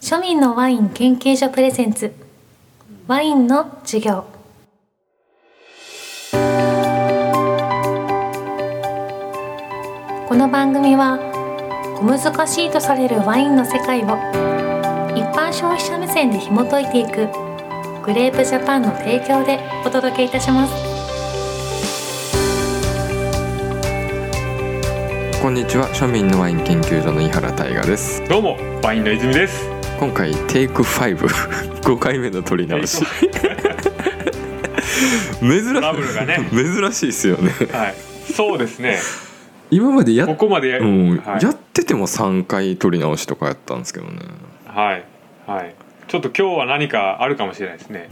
庶民のワイン研究所プレゼンツワインの授業この番組は小難しいとされるワインの世界を一般消費者目線で紐解いていくグレープジャパンの提供でお届けいたしますこんにちは庶民のワイン研究所の井原大我ですどうもワインの泉です。今回テイク5 5回目の撮り直し珍しいトラブルがね 珍しいですよねはい。そうです ね。今までやこっ,、こまでや、うんはいやってても3回撮り直しとかやったんですけどねはいはい。ちょっと今日は何かあるかもしれないですね。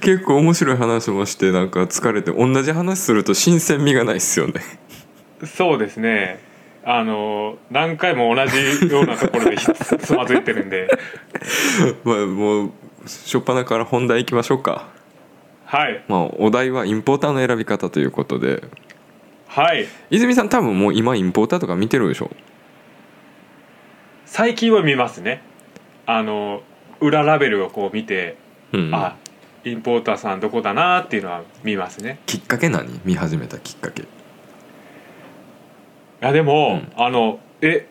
結構面白い話もしてなんか疲れて同じ話すると新鮮味がないですよね そうですね。あの何回も同じようなところ でひつまずいてるんで、まあもう初っ端から本題いきましょうかはいまあお題はインポーターの選び方ということではい。泉さん多分もう今インポーターとか見てるでしょ最近は見ますね。あの裏ラベルをこう見て、うんあインポーターさんどこだなっていうのは見ますね。きっかけ何見始めたきっかけいやでも、うんあのえ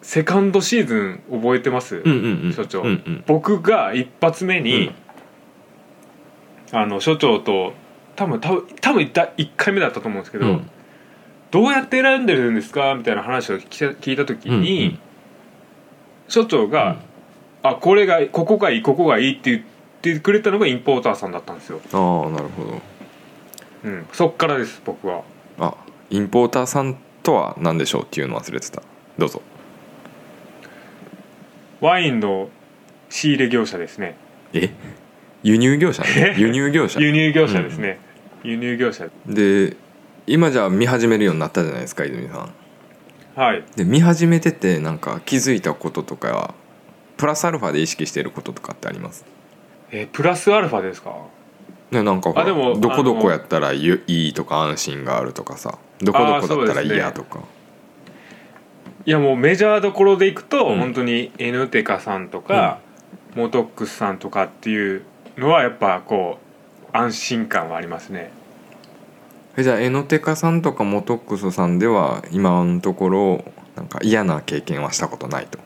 セカンドシーズン覚えてます？うんうんうん所長うんうん僕が一発目に、あの所長と多分多分多分だ1回目だったと思うんですけど、うんどうやって選んでるんですかみたいな話を聞いた聞いた時に、うんうん所長が、あこれがここがいいここがいいって言ってくれたのがインポーターさんだったんですよ、ああなるほどうん、そっからです僕はあインポーターさんとは何でしょうっていうの忘れてたどうぞワインの仕入れ業者ですねえ輸入業者ね輸入業者輸入業者ですね、輸入業者で今じゃあ見始めるようになったじゃないですか泉さんはいで見始めててなんか気づいたこととかプラスアルファで意識してることとかってありますえプラスアルファですかねなんかほらあでもどこどこやったらゆいいとか安心があるとかさどこどこだったらあーそうですね嫌とかいやもうメジャーどころでいくと、うん本当に N テカさんとか、モトックスさんとかっていうのはやっぱこう安心感はありますねえじゃあエノテカさんとかモトックスさんでは今のところなんか嫌な経験はしたことないと、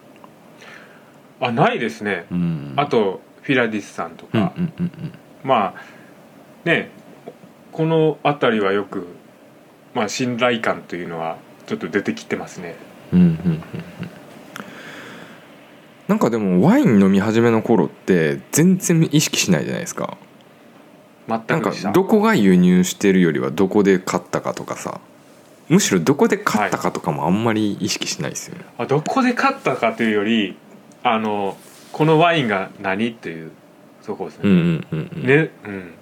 あないですね、うんあとフィラディスさんとうんうか、んうんまあねこの辺りはよく、まあ、信頼感というのはちょっと出てきてますねうんうんうんうんうんなんかでもワイン飲み始めの頃って全然意識しないじゃないですか全なんくかでしたどこが輸入してるよりはどこで買ったかとかさむしろどこで買ったかとかもあんまり意識しないですよね、あどこで買ったかというよりあのこのワインが何というそこですうんね、うんうんうん、ねうん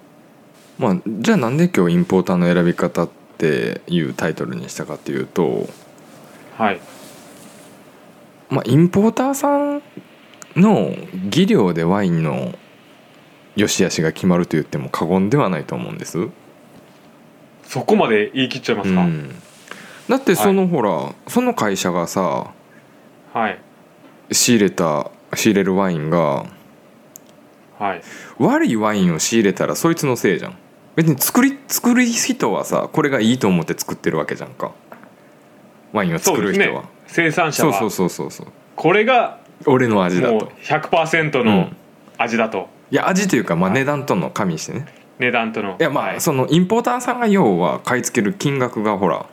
まあ、じゃあなんで今日インポーターの選び方っていうタイトルにしたかっていうと、はいまあ、インポーターさんの技量でワインの良し悪しが決まると言っても過言ではないと思うんです。そこまで言い切っちゃいますか、うんだってそのほら、その会社がさはい仕入れた仕入れるワインがはい悪いワインを仕入れたらそいつのせいじゃん。別に作り作る人はさこれがいいと思って作ってるわけじゃんかワインをそ作うるです人ねは。生産者そうはそうそうそうそうこれが俺の味だもうと100%うのん味だと、いや味というか、まあ、はい値段との加味してね値段とのいやまはあいそのインポーターさんが要は買い付ける金額がほら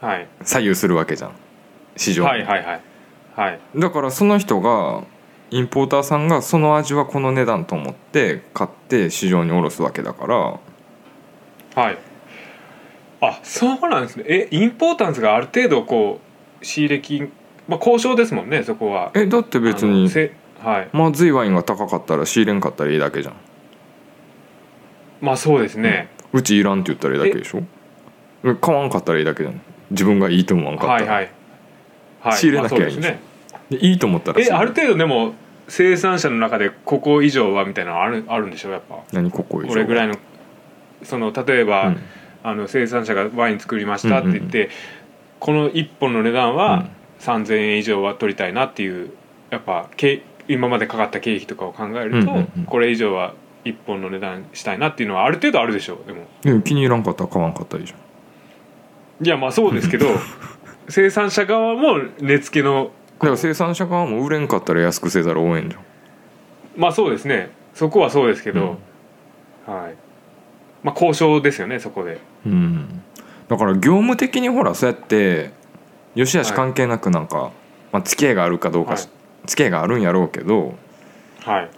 はい、左右するわけじゃん市場のはいはいはいはいだからその人がインポーターさんがその味はこの値段と思って買って市場に卸すわけだからはいあそうなんですねえインポータンスがある程度こう仕入れ金、まあ、交渉ですもんねそこはえだって別あのにせはいまずいワインが高かったら仕入れんかったらいいだけじゃんまあそうですね、うちいらんって言ったらいいだけでしょえ買わんかったらいいだけじゃん自分がいいと思わんかったはらい、はいはい仕入れなきゃいいまあそうですねでいいと思ったら仕え入れある程度でも生産者の中でここ以上はみたいなのあるあるんでしょやっぱ何ここ以上これぐらいのその例えば、うんあの生産者がワイン作りましたって言って、この1本の値段は3,000円以上は取りたいなっていうやっぱけ今までかかった経費とかを考えると、うんうんうんこれ以上は1本の値段したいなっていうのはある程度あるでしょうでもでも気に入らんかったら買わんかったらいいじゃんいやまあそうです けど生産者側も値付けのだから生産者側も売れんかったら安くせざるを得んじゃんまあそうですねそこはそうですけど、はいまあ交渉ですよねそこでうんだから業務的にほらそうやってよしあし関係なくなんか、まあ、付き合いがあるかどうかし、は付き合いがあるんやろうけどはい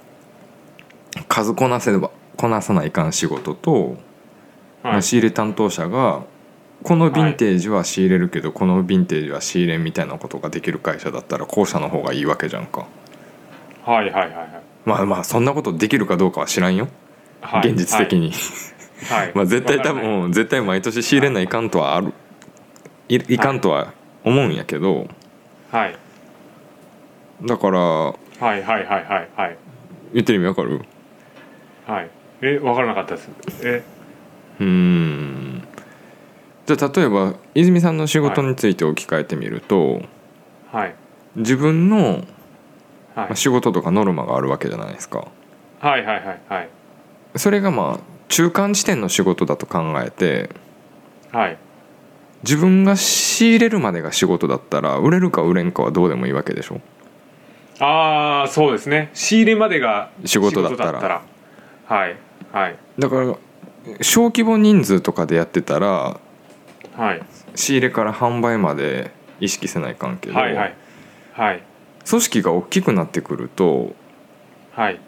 数こなせばこなさないかん仕事と、まはあい仕入れ担当者がこのヴィンテージは仕入れるけど、このヴィンテージは仕入れんみたいなことができる会社だったら後者の方がいいわけじゃんかはいはいはいはいまあまあそんなことできるかどうかは知らんよ、はい現実的に、はいはい まあ絶対多わからない分うん絶対毎年仕入れないかんとはあるいいかんとは思うんやけど、はいだからはいはいはいはいはい言ってる意味わかるはいえ分からなかったですえうーんじゃあ例えば泉さんの仕事について置き換えてみると、はい自分のはいまあ仕事とかノルマがあるわけじゃないですかはいはいはいはいそれがまあ中間地点の仕事だと考えてはい自分が仕入れるまでが仕事だったら売れるか売れんかはどうでもいいわけでしょああそうですね仕入れまでが仕事だったら仕はいはいだから小規模人数とかでやってたらはい仕入れから販売まで意識せない関係ど、はいはいはい組織が大きくなってくるとはい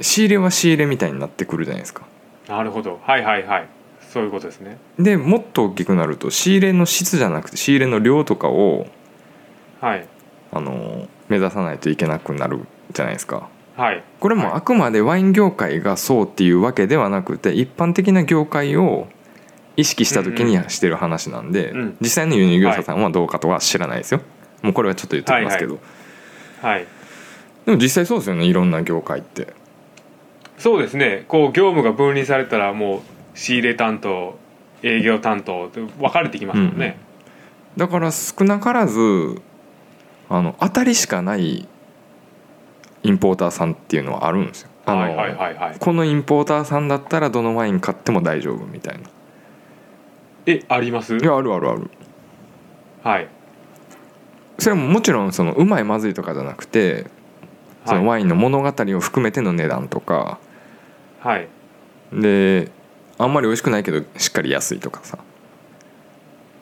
仕入れは仕入れみたいになってくるじゃないですかなるほどはいはいはいそういうことですねでもっと大きくなると仕入れの質じゃなくて仕入れの量とかをはいあの目指さないといけなくなるじゃないですかはいこれもあくまでワイン業界がそうっていうわけではなくて一般的な業界を意識した時にうんしてる話なんで、うん実際の輸入業者さんはどうかとは知らないですよ、もうこれはちょっと言ってきますけど、はいでも実際そうですよねいろんな業界ってそうですねこう業務が分離されたらもう仕入れ担当営業担当と分かれてきますもんね、だから少なからずあの当たりしかないインポーターさんっていうのはあるんですよあの、はいはいはいはいこのインポーターさんだったらどのワイン買っても大丈夫みたいなえありますいやあるあるあるはいそれももちろんそのうまいまずいとかじゃなくてそはいのワインの物語を含めての値段とかはいであんまり美味しくないけどしっかり安いとかさ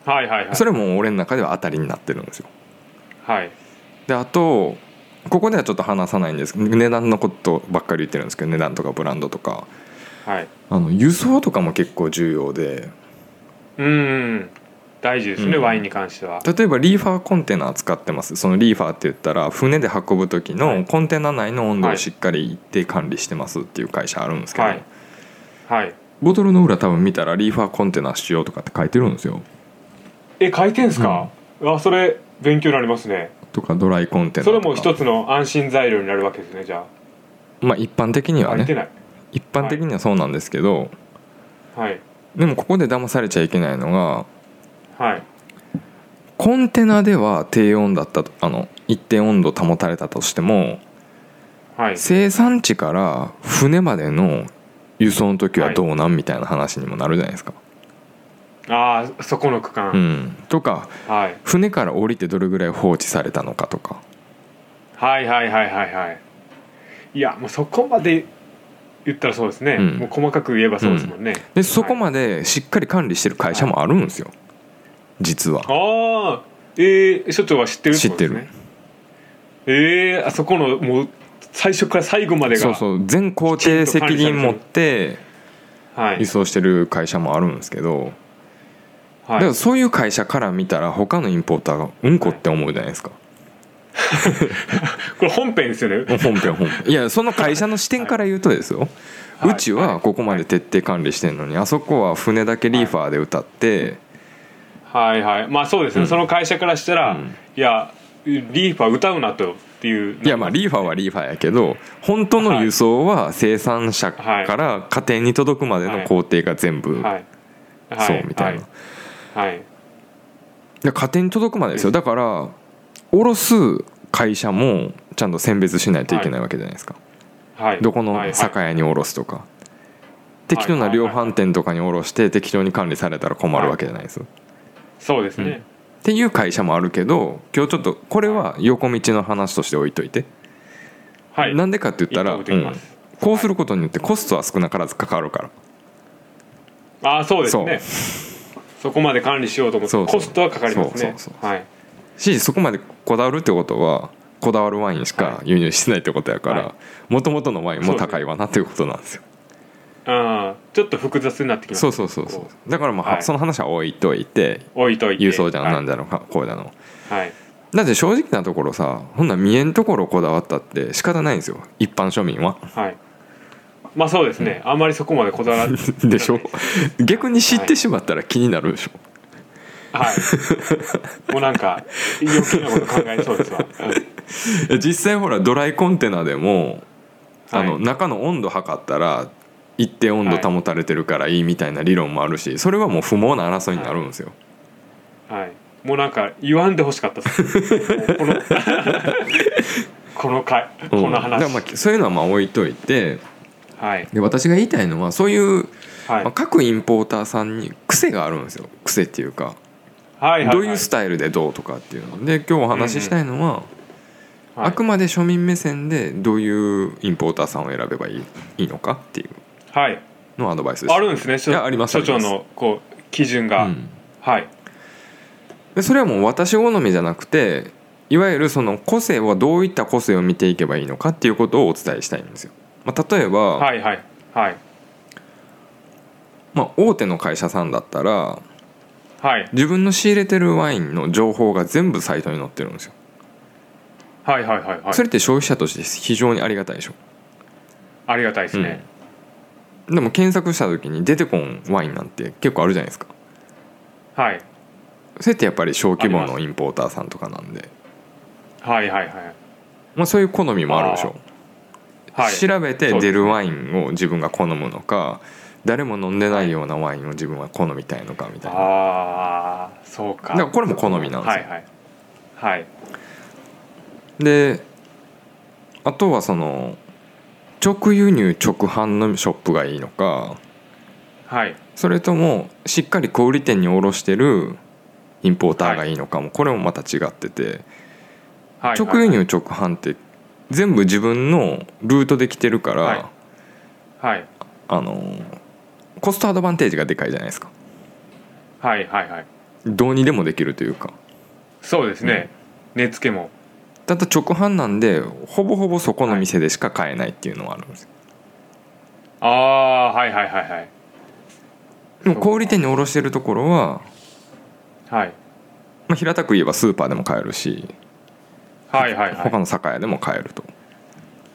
はいはいはいそれも俺の中では当たりになってるんですよはいであとここではちょっと話さないんですけど値段のことばっかり言ってるんですけど値段とかブランドとかはいあの輸送とかも結構重要でうーん大事ですね、うんワインに関しては例えばリーファーコンテナ使ってますそのリーファーって言ったら船で運ぶ時のコンテナ内の温度をしっかり一定管理してますっていう会社あるんですけど、はいはいボトルの裏多分見たらリーファーコンテナ使用とかって書いてるんですよえ書いてんすか、あそれ勉強になりますねとかドライコンテナそとれかも一つの安心材料になるわけですねじゃまあ一般的にあは書いてねない一般的にはそうなんですけど、はいでもここで騙されちゃいけないのがはいコンテナでは低温だったとあの一定温度保たれたとしてもはい生産地から船までの輸送の時はどうなんみたいな話にもなるじゃないですか。ああそこの区間、うん、とかはい、船から降りてどれぐらい放置されたのかとかはいはいはいはいはいいやもうそこまで言ったらそうですね、うんもう細かく言えばそうですもんね、でそこまでしっかり管理してる会社もあるんですよ実は。ああえー、所長は知ってるってことです、ね、知ってるえー、あそこのもう最初から最後までがそうそう全工程責任持っては輸い、送してる会社もあるんですけどだはかいら、そういう会社から見たら他のインポーターがうんこって思うじゃないですかこれ本編ですよね本編本編いやその会社の視点から言うとですよはいうちはここまで徹底管理してんのにあそこは船だけリーファーで歌ってはいはいまあそうですね、うんその会社からしたら、うんいやリーファ歌うなとっていういやまあリーファーはリーファーやけど本当の輸送は生産者から家庭に届くまでの工程が全部はいはいそうみたいなはい、はいで家庭に届くまでですよだから卸す会社もちゃんと選別しないといけないわけじゃないですか、はいどこのはいはい酒屋に卸すとか、適当な量販店とかに卸して適当に管理されたら困るわけじゃないです、そうですうんね、っていう会社もあるけど今日ちょっとこれは横道の話として置いといて、はいなんでかって言ったら、一個できうまんすこうすることによってコストは少なからずかかるからああそうですねそこまで管理しようと思ってそうそうコストはかかりますねそうそうはいしそこまでこだわるってことはこだわるワインしか輸入してないってことやからはもともとのワインも高いわなっていうことなんですよあーちょっと複雑になってきますそうそうそうそこうだからまあ、はいその話は置いといてう置いといて郵送じゃん、はいなんだのかこうだのはいだって正直なところさほんなら見えんところこだわったって仕方ないんですよ一般庶民 ははいまあそうですね、あんまりそこまでこだわらでしょ逆に知ってしまったら気になるでしょ、はいもうなんか余計なこと考えそうですわ、うん実際ほらドライコンテナでも、 あのはい中の温度測ったら一定温度保たれてるからいいみたいな理論もあるしそれはもう不毛な争いになるんですよ、はい、もうなんか言わんでほしかったですこの この回うんこのだ話、からまあそういうのはまあ置いといてはいで私が言いたいのはそういう、はいまあ、各インポーターさんに癖があるんですよ癖っていうかはいはいどういうスタイルでどうとかっていうので今日お話ししたいのは、はいあくまで庶民目線でどういうインポーターさんを選べばいいいいのかっていうはいのをアドバイスです。あるんですね所いやあります所長ありのこう基準が、うんはいでそれはもう私好みじゃなくていわゆるその個性はどういった個性を見ていけばいいのかっていうことをお伝えしたいんですよ。まあ、例えば、はいはいはいまあ、大手の会社さんだったらはい自分の仕入れてるワインの情報が全部サイトに載ってるんですよ。はいはいはいはいそれって消費者として非常にありがたいでしょ。ありがたいですね、でも検索した時に出てこんワインなんて結構あるじゃないですか。はいそれってやっぱり小規模ありのまインポーターさんとかなんで、はいはいはいまあ、そういう好みもあるでしょ。はい調べてそう出でするワインを自分が好むのか誰も飲んでないようなワインを自分は好みたいのかみたいなああそうかだからこれも好みなんですよはいはいはいであとはその直輸入直販のショップがいいのかはいそれともしっかり小売店に卸してるインポーターがいいのかもこれもまた違っててはい直輸入直販って全部自分のルートで来てるかはいらはいあのコストアドバンテージがでかいじゃないですかはいはいはいどうにでもできるというかそうですね、値付けもただ直販なんでほぼほぼそこの店でしか買えないっていうのはあるんですよ、ああはいはいはいはいでも小売店に卸してるところは、はいまあ、平たく言えばスーパーでも買えるしはいはいはい他の酒屋でも買えると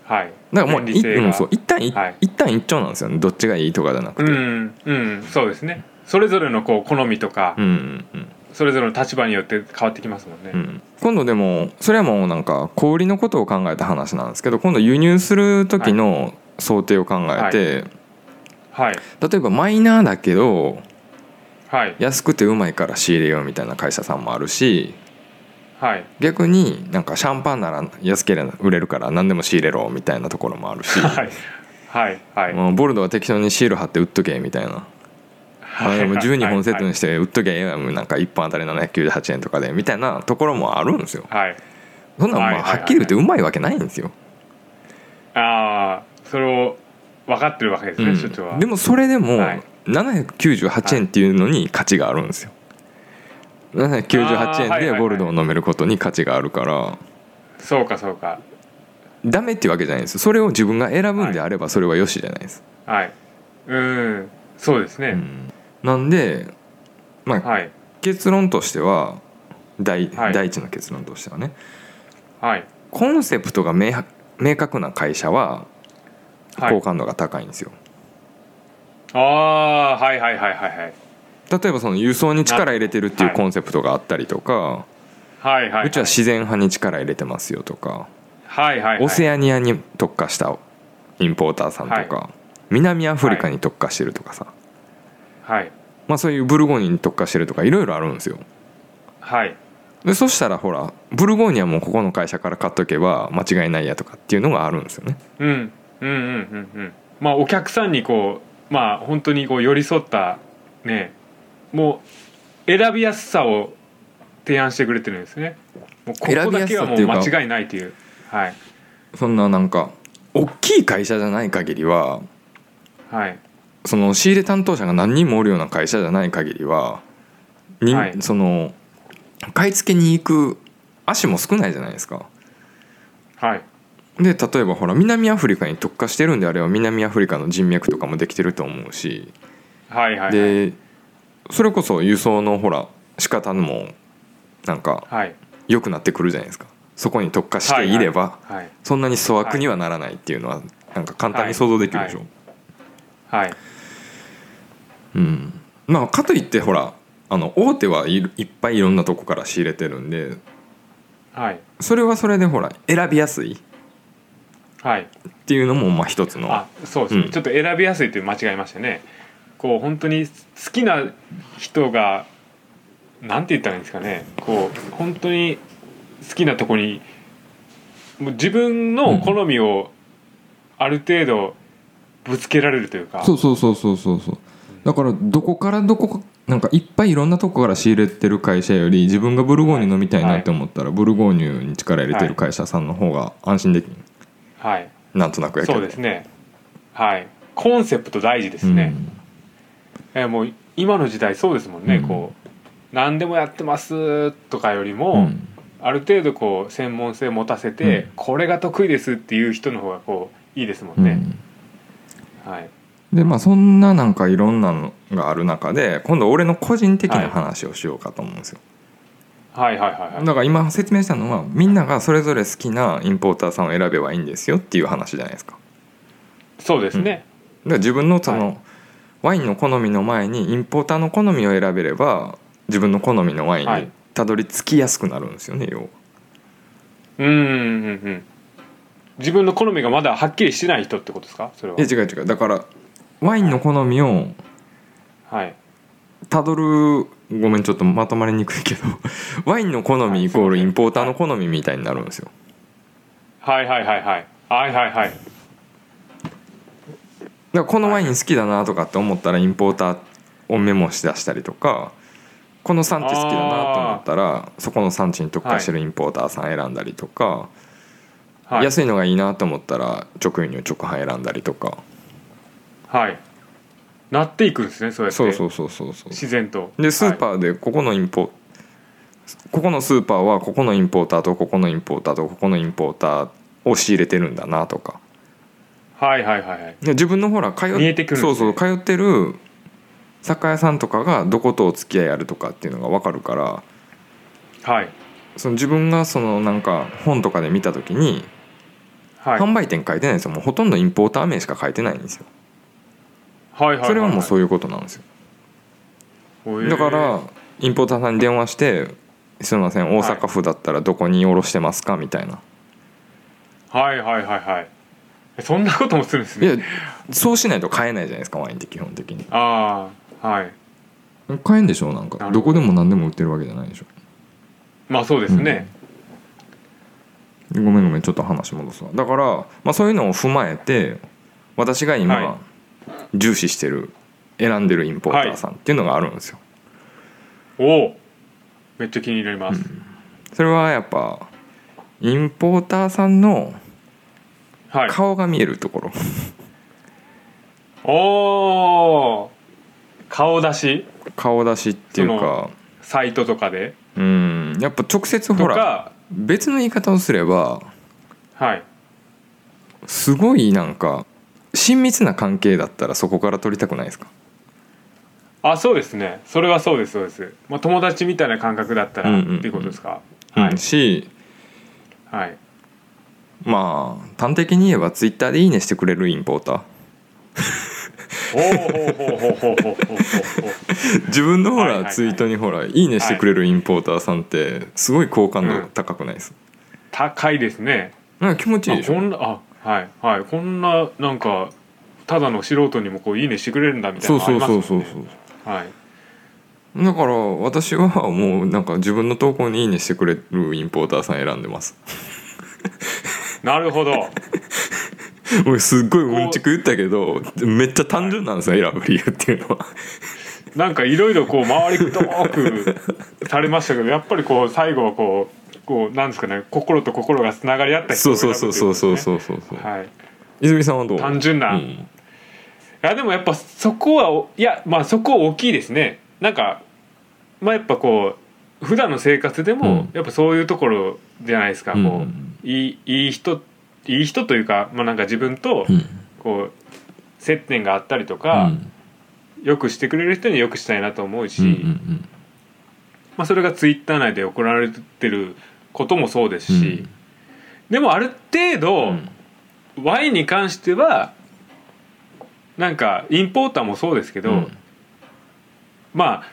はいだからもう便利い性がうんそう一旦一はい一旦一丁なんですよねどっちがいいとかじゃなくうて、んうんそうですねそれぞれのこう好みとか、うんうんうんそれぞれの立場によって変わってきますもんね、うん今度でもそれはもうなんか小売りのことを考えた話なんですけど今度輸入する時の想定を考えて、はい例えばマイナーだけどはい安くてうまいから仕入れようみたいな会社さんもあるしはい逆になんかシャンパンなら安ければ売れるから何でも仕入れろみたいなところもあるし、はいはいはいもうボルドは適当にシール貼って売っとけみたいな、はいあでも12本セットはいにして売っとけなんか1本当たり798円とかでみたいなところもあるんですよはいそんなんまはいあはいはいはっきり言ってうまいわけないんですよ、ああそれを分かってるわけですね、所長うはん、でもそれでもはい798円っていうのに価値があるんですよあーは798い円はいはでいボルドを飲めることに価値があるからそうかそうかダメっていうわけじゃないんですよそれを自分が選ぶんであればそれはよしじゃないですはいうんそうですね、うんなんで、まあ、はい結論としては第,、はい第一の結論としてはねはいコンセプトが明白明確な会社はは好い感度が高いんですよ、ああはいはいはいはいはい例えばその輸送に力入れてるっていうはいコンセプトがあったりとか、はいはいうちは自然派に力入れてますよとか、はいはいはいオセアニアに特化したインポーターさんとか、南アフリカに特化してるとかさ、はいまあ、そういうブルゴーニュに特化してるとかいろいろあるんですよはいでそしたらほらブルゴーニャもここの会社から買っとけば間違いないやとかっていうのがあるんですよねうんうんうんうんうんまあお客さんにこうまあ本当にこう寄り添ったねもう選びやすさを提案してくれてるんですねもうここだけは選もびやすさっていううか間違いないというはいそんななんか大きい会社じゃない限りははいその仕入れ担当者が何人もおるような会社じゃない限りはに、はいその買い付けに行く足も少ないじゃないですかはいで例えばほら南アフリカに特化してるんであれば南アフリカの人脈とかもできてると思うしはいはいはいでそれこそ輸送のほら仕方もなんかはい良くなってくるじゃないですかそこに特化していれば、はいそんなに粗悪にはならないっていうのはなんか簡単に想像できるでしょ、ははいうんまあかといってほらあの大手はいるいっぱいいろんなとこから仕入れてるんではいそれはそれでほら選びやすいっはいていうのもまあ一つのあそうですね、うんちょっと選びやすいという間違いましたねこう本当に好きな人がなんて言ったらいいんですかねこう本当に好きなとこにもう自分の好みをある程度ぶつけられるというか、そうそうそうそうそうそうだからどこからどこかなんかいっぱいいろんなとこから仕入れてる会社より自分がブルゴーニュ飲みたいなって思ったらブルゴーニュに力入れてる会社さんの方が安心できるはいなんとなくやけそどうですねはいコンセプト大事ですね、えーもう今の時代そうですもんね、うんこう何でもやってますとかよりも、うんうんある程度こう専門性を持たせて、うんこれが得意ですっていう人の方がこういいですもんね、はいでまあそんななんかいろんなのがある中で今度俺の個人的な話をしようかと思うんですよ、はいはいはいはいだから今説明したのはみんながそれぞれ好きなインポーターさんを選べばいいんですよっていう話じゃないですかだかそうですね、ら自分のその、はワインの好みの前にインポーターの好みを選べれば自分の好みのワインはにいたどり着きやすくなるんですよね要はうん、うんうんうん自分の好みがまだはっきりしてない人ってことですかそれはいや違う違うだからワインの好みをはいたどるごめんちょっとまとまりにくいけど ワインの好みイコールインポーターの好みみたいになるんですよはいはいはいはいはいはいはいだからこのワイン好きだなとかって思ったらインポーターをメモし出したりとかこの産地好きだなと思ったらそこの産地に特化してるインポーターさん選んだりとか、はい安いのがいいなと思ったら直輸入直販選んだりとかはいなっていくんですねそうやってそうそうそうそうそう自然とでスーはいパーでここのインポ、ここのスーパーはここのインポーターとここのインポーターとここのインポーターを仕入れてるんだなとかはいはいはいはいで自分のほら通っ見えてくるんですそうねそう通ってる酒屋さんとかがどことお付き合いあるとかっていうのが分かるからはいその自分がそのなんか本とかで見た時にはいはい販売店書いてないんですよもうほとんどインポーター名しか書いてないんですよはいはいそれはもうそうういうことなんですよいうだからインポーターさんに電話して「すいません大阪府だったらどこに卸してますか?」みたいなはいはいはいはいえそんなこともするんですいねやそうしないと買えないじゃないですかワインって基本的にああはい買えんでしょなんかなるほどどこでも何でも売ってるわけじゃないでしょまあそうですね、ごめんごめんちょっと話戻すわだから、まあ、そういうのを踏まえて私が今、は重視してる選んでるインポーターさんっていうのがあるんですよ、おおめっちゃ気になります、それはやっぱインポーターさんのはい顔が見えるところ、おお顔出し顔出しっていうそかサイトとかでうんやっぱ直接ほとらか別の言い方をすればはいすごいなんか親密な関係だったらそこから取りたくないですかあそうですねそれはそうですそうです、まあ、友達みたいな感覚だったらうんっうんうんていうことですか、うんしはい、はい、まあ端的に言えばツイッターで「いいね」してくれるインポータおーほうほうほうほうほうほうほうほうー自分のほはいはいらはいツイートにほら「いいね」してくれるインポーターさんってすごい好感度高くないです、高いですねなんか気持ちいいでしあこょんなあはいはいこんななんかただの素人にもこういいねしてくれるんだみたいそなうのあそりうますもそうんねそうそうはいだから私はもうなんか自分の投稿に「いいね」してくれるインポーターさん選んでますなるほど俺すっごいうんちく言ったけどめっちゃ単純なんですよ選ぶ理由っていうのはなんかいろいろこう回りくどーくされましたけどやっぱりこう最後はこうこうなんですかね心と心がつながり合った人そをう選そぶうそうそうといそうことですそうそうねそうはい、い泉さんはどう単純なうんやでもやっぱそこはおいやまあそこは大きいですねなんかまあやっぱこう普段の生活でも、うんやっぱそういうところじゃないですか、うんこういいいい人いい人というか、まあ、なんか自分とうんこう接点があったりとうか、んよくしてくれる人によくしたいなと思うし、うんうんまあ、それがツイッター内で行われてることもそうですし、でもある程う度、んワインに関してはなんかインポーターもそうですけど、うんまあ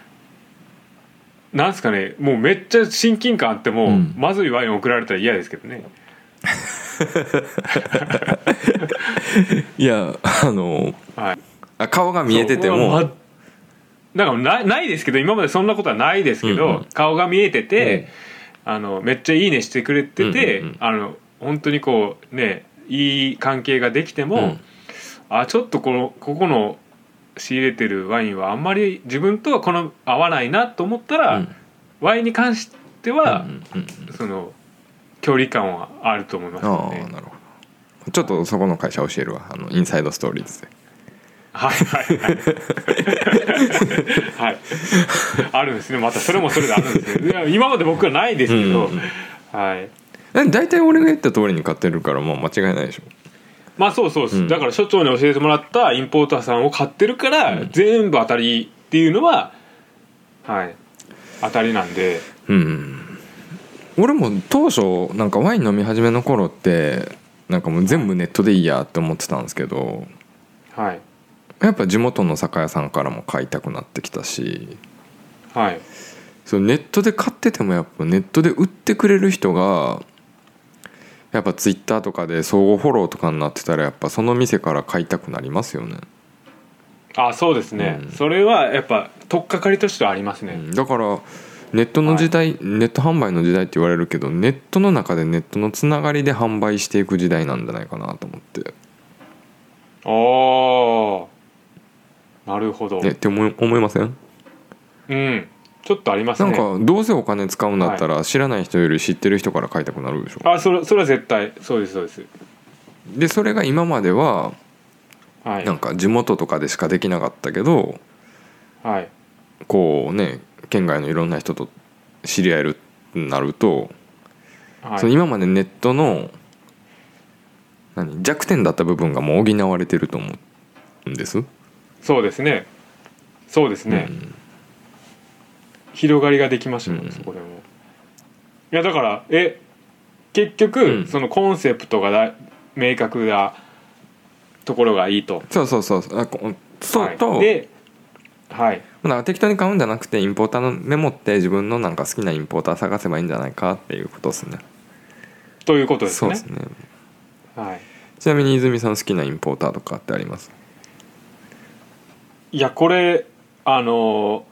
なんすかねもうめっちゃ親近感あっても、うんまずいワイン送られたら嫌ですけどねいやあのはいあ顔が見えててそうもまなんかないないですけど今までそんなことはないですけど、うんうん顔が見えてて、あのめっちゃ「いいね」してくれてて、うんうんうんあの本当にこうねいい関係ができても、うんあちょっとこのここの仕入れてるワインはあんまり自分とはこの合わないなと思ったら、うんワインに関してうは、んうんうんその距離感はあると思いますあよあね。なるほどちょっとそこの会社教えるわあのインサイドストーリーズではいはいはいはいあるんですねまたそれもそれであるんですねいや今まで僕はないですけど、うんうんはいえ大体俺が言った通りに買ってるからもう間違いないでしょまあそうそうです、うんだから所長に教えてもらったインポーターさんを買ってるから、全部当たりっていうのははい当たりなんでうん俺も当初なんかワイン飲み始めの頃ってなんかもう全部ネットでいいやって思ってたんですけどはいやっぱ地元の酒屋さんからも買いたくなってきたしはいそのネットで買っててもやっぱネットで売ってくれる人がやっぱツイッターとかで相互フォローとかになってたらやっぱその店から買いたくなりますよね、あそうですね、うんそれはやっぱ取っかかりとしてはありますね、だからネットの時代、ネット販売の時代って言われるけどネットの中でネットのつながりで販売していく時代なんじゃないかなと思っておーなるほどえって思い思いませんうんちょっとありますなねんかどうせお金使うんだったら知らない人より知ってる人から買いたくなるでしょ、あそれそれは絶対そうですそうですでそれが今までははいなんか地元とかでしかできなかったけどはいこうね県外のいろんな人と知り合えるってなると、はいその今までネットの何弱点だった部分がもう補われてると思うんです。そうですねそうですね、うん広がりができましたもん、うんそこでもいやだからえ結局、うんそのコンセプトがだ明確なところがいいとそうそうそうそうあこそうと、はい、ではいなんか適当に買うんじゃなくてインポーターのメモって自分のなんか好きなインポーター探せばいいんじゃないかっていうことですね。ということですそうねですねはいちなみに泉さん好きなインポーターとかってありますいやこれあのー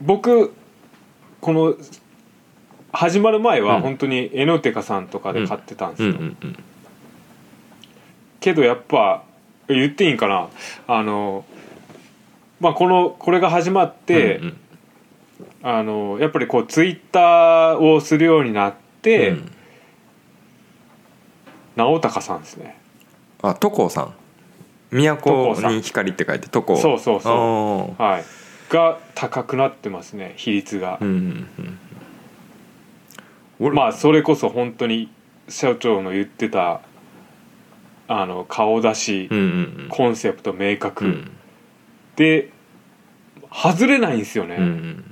僕この始まる前うはん本当にエノテカさんとかで買ってたんですうんよ、うんうんけどやっぱ言っていいんかなあのまあこのこれが始まって、うんうんあのやっぱりこうツイッターをするようになって、うん直高さんですねあ都高さん都都高さんに光って書いて都高そうそうそうそはいが高くなってますね比率がう、んうんうん俺まあそれこそ本当に社長の言ってたあの顔出し、うんうんコンセプト明確、うんうんで外れないんですようんうね、ん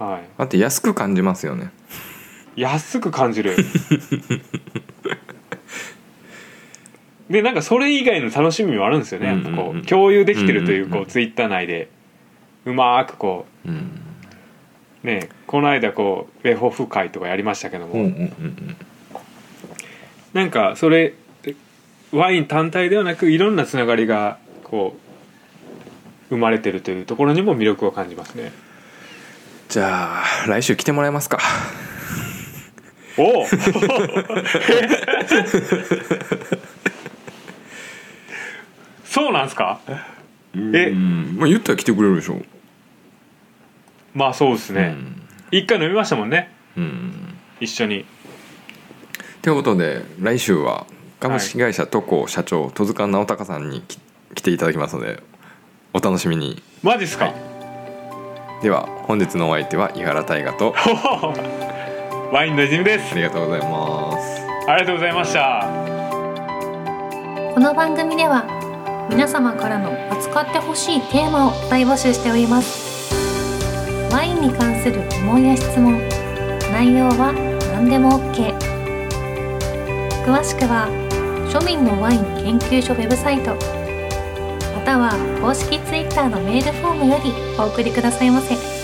はいだって安く感じますよね安く感 じるでなんかそれ以外の楽しみもあるんですよねやっぱうんうこんううん共有できてるというんううんこうんうツイッター内でうまーくこうんうねこの間こうウェホフ会とかやりましたけども、うんうんうんなんかそれワイン単体ではなくいろんなつながりがこう生まれてるというところにも魅力を感じますねじゃあ来週来てもらえますか おおそうなんですかえうんまあ、言ったら来てくれるでしょうまあそうですね、一回飲みましたもんねうん、うん、一緒にということで来週は株式会社渡航社長戸塚直隆さんにき来ていただきますのでお楽しみにマジっすか、では本日のお相手は井原大河と ワインのいじみですありがとうございますありがとうございましたこの番組では皆様からの扱ってほしいテーマを大募集しておりますワインに関する疑問や質問内容は何でも OK 詳しくは庶民のワイン研究所ウェブサイトまたは公式 Twitter のメールフォームよりお送りくださいませ。